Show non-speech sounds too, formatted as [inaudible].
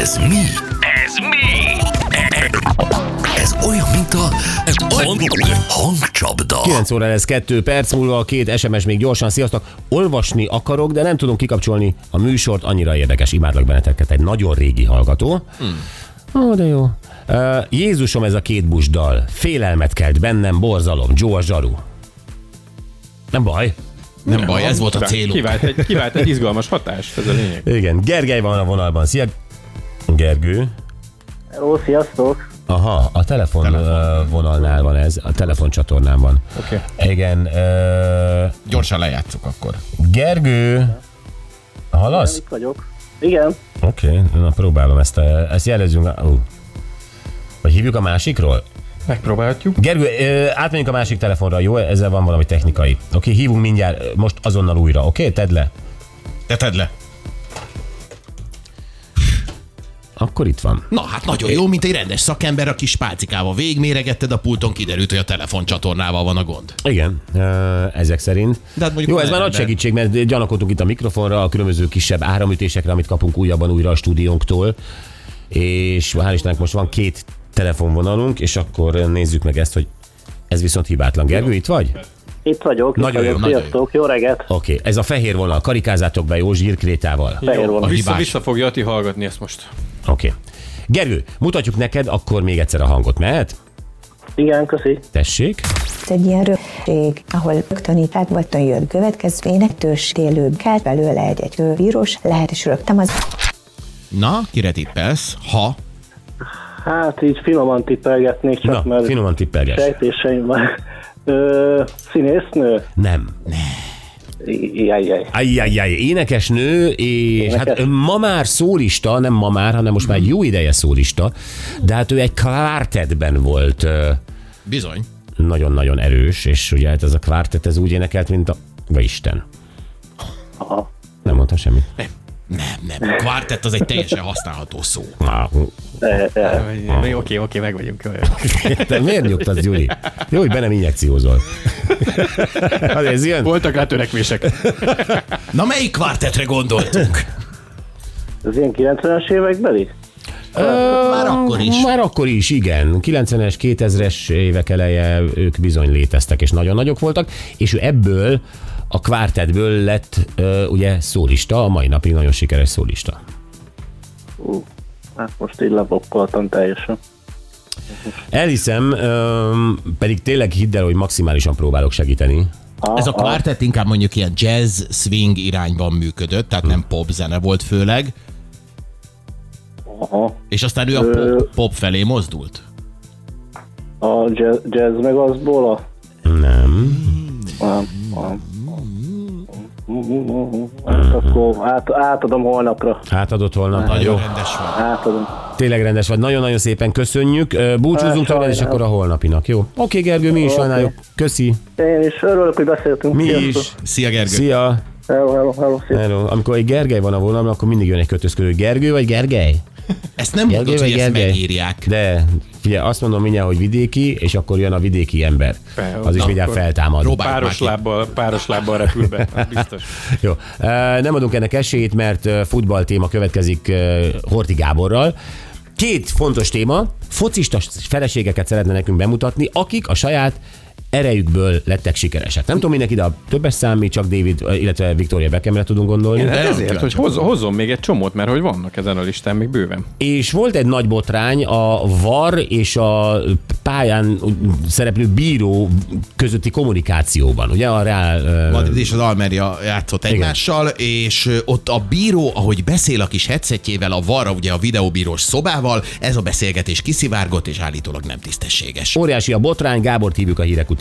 Ez mi? Ez mi? Ez olyan, mint a hangcsapda. 9 óra lesz 2 perc múlva, a két SMS még gyorsan, sziasztok! Olvasni akarok, de nem tudom kikapcsolni a műsort, annyira érdekes, imádlak benneteket, egy nagyon régi hallgató. Hmm. Ó, de jó. Uh, Jézusom ez a két bus dal, félelmet kelt bennem, borzalom, Joe a zsaru. Nem baj. Nem baj, ez volt a célunk. Kivált egy, kivált egy izgalmas hatást, ez a lényeg. Igen, Gergely van a vonalban, szia Gergő. Hello, sziasztok! Aha, a telefon, telefon. vonalnál van ez, a telefoncsatornán van. Oké. Igen, uh, Gyorsan lejátszuk akkor. Gergő, Én halasz? itt vagyok. Igen, Oké, okay, na próbálom ezt, a, ezt jelezünk. Uh. Vagy hívjuk a másikról? Megpróbálhatjuk. Gergő, ö, átmegyünk a másik telefonra, jó? Ezzel van valami technikai. Oké, okay, hívunk mindjárt, ö, most azonnal újra, oké? Okay? Tedd le. Te tedd le. Akkor itt van. Na hát nagyon jó, mint egy rendes szakember, aki spálcikával végigméregetted a pulton, kiderült, hogy a telefoncsatornával van a gond. Igen, ö, ezek szerint. De hát mondjuk Jó, ez már nem, nagy de- segítség, mert gyanakodunk itt a mikrofonra, a különböző kisebb áramütésekre, amit kapunk újabban újra a stúdiónktól. És hál' Istennek most van két telefonvonalunk, és akkor nézzük meg ezt, hogy ez viszont hibátlan. Gergő, itt vagy? itt vagyok. itt Nagyon vagyok. jó, nagyon sziasztok, jó reggelt! Oké, ez a fehér vonal. Karikázátok be Józsi Irkrétával. Fehér Jó, van. vissza, hibás. vissza fogja Ati hallgatni ezt most. Oké. Gergő, mutatjuk neked akkor még egyszer a hangot. Mehet? Igen, köszi. Tessék. Ez egy ilyen röpség, ahol rögtön itt át vagy jön következvének tőstélőbb kelt belőle egy-egy vírus, lehet is rögtem az Na, kire tippelsz? Ha? Hát így finoman tippelgetnék, csak Na, mert finoman tippelges. sejtéseim van. Ö, színésznő? Nem. Jaj, jaj. Ajjajjaj, énekesnő, és Énekes. hát ő ma már szólista, nem ma már, hanem most már egy jó ideje szólista, de hát ő egy kvártetben volt ö, Bizony. nagyon-nagyon erős, és ugye hát ez a kvártet, ez úgy énekelt, mint a... Vagy Isten. Aha. Nem mondtam semmit. Nem, nem. A Kvártett az egy teljesen használható szó. Á, E, e. Oké, oké, oké, meg vagyunk. jó, jó. Te miért nyugtasz, Gyuri? Jó, hogy be nem injekciózol. [laughs] Hát ez jön? Voltak rá törekvések. Na, melyik kvártetre gondoltunk? Az ilyen 90-es évekbeli? Már akkor is. Már akkor is, igen. 90-es, 2000-es évek eleje ők bizony léteztek, és nagyon nagyok voltak, és ő ebből a kvártetből lett ö, ugye szólista, a mai napig nagyon sikeres szólista. Ú, hát most így lebokkoltam teljesen. Elhiszem, ö, pedig tényleg hidd el, hogy maximálisan próbálok segíteni. [laughs] Ez a kvártett inkább mondjuk ilyen jazz, swing irányban működött, tehát nem pop zene volt főleg, Aha. és aztán ő a Ö. pop, pop felé mozdult. A jazz, jazz meg azból a... Nem. Nem, nem. Hát akkor át, átadom holnapra. Átadott holnap. Nagyon Jó. rendes volt. Átadom. Tényleg rendes vagy. Nagyon-nagyon szépen köszönjük. Ö, Búcsúzunk tőled, és akkor a holnapinak. Jó. Oké, Gergő, mi is sajnáljuk. Köszi. Én is örülök, hogy beszéltünk. Mi Sziasztok. is. Szia Gergő! Szia. Hello, hello, hello, szia. Hello. Amikor egy Gergely van a vonalban, akkor mindig jön egy kötözködő. Gergő vagy Gergely? Ezt nem mondod, Gergely hogy vagy ezt Gergely? megírják. De figyelj, azt mondom mindjárt, hogy vidéki, és akkor jön a vidéki ember. Fel. Az is Na, mindjárt akkor feltámad. Próbáljuk már Páros ki. lábbal, páros lábbal repül be, [laughs] az biztos. Jó. E, Nem adunk ennek esélyt, mert e, futball téma következik e, Horti Gáborral. Két fontos téma, focista feleségeket szeretne nekünk bemutatni, akik a saját erejükből lettek sikeresek. Nem tudom, minek ide a többes számít, csak David, e, illetve Victoria Beckhamre tudunk gondolni. Hát nem ezért, hogy kíváncsi hoz, hozzon még egy csomót, mert hogy vannak ezen a listán még bőven. És volt egy nagy botrány a VAR és a pályán szereplő bíró közötti kommunikációban, ugye a Real... ö, Madrid és az Almeria játszott egymással, és ö, ott a bíró, ahogy beszél a kis headsetjével, a VAR, ugye a videóbírós szobával, ez a beszélgetés kiszivárgott, és állítólag nem tisztességes. Óriási a botrány, Gábor hívjuk a hírek után.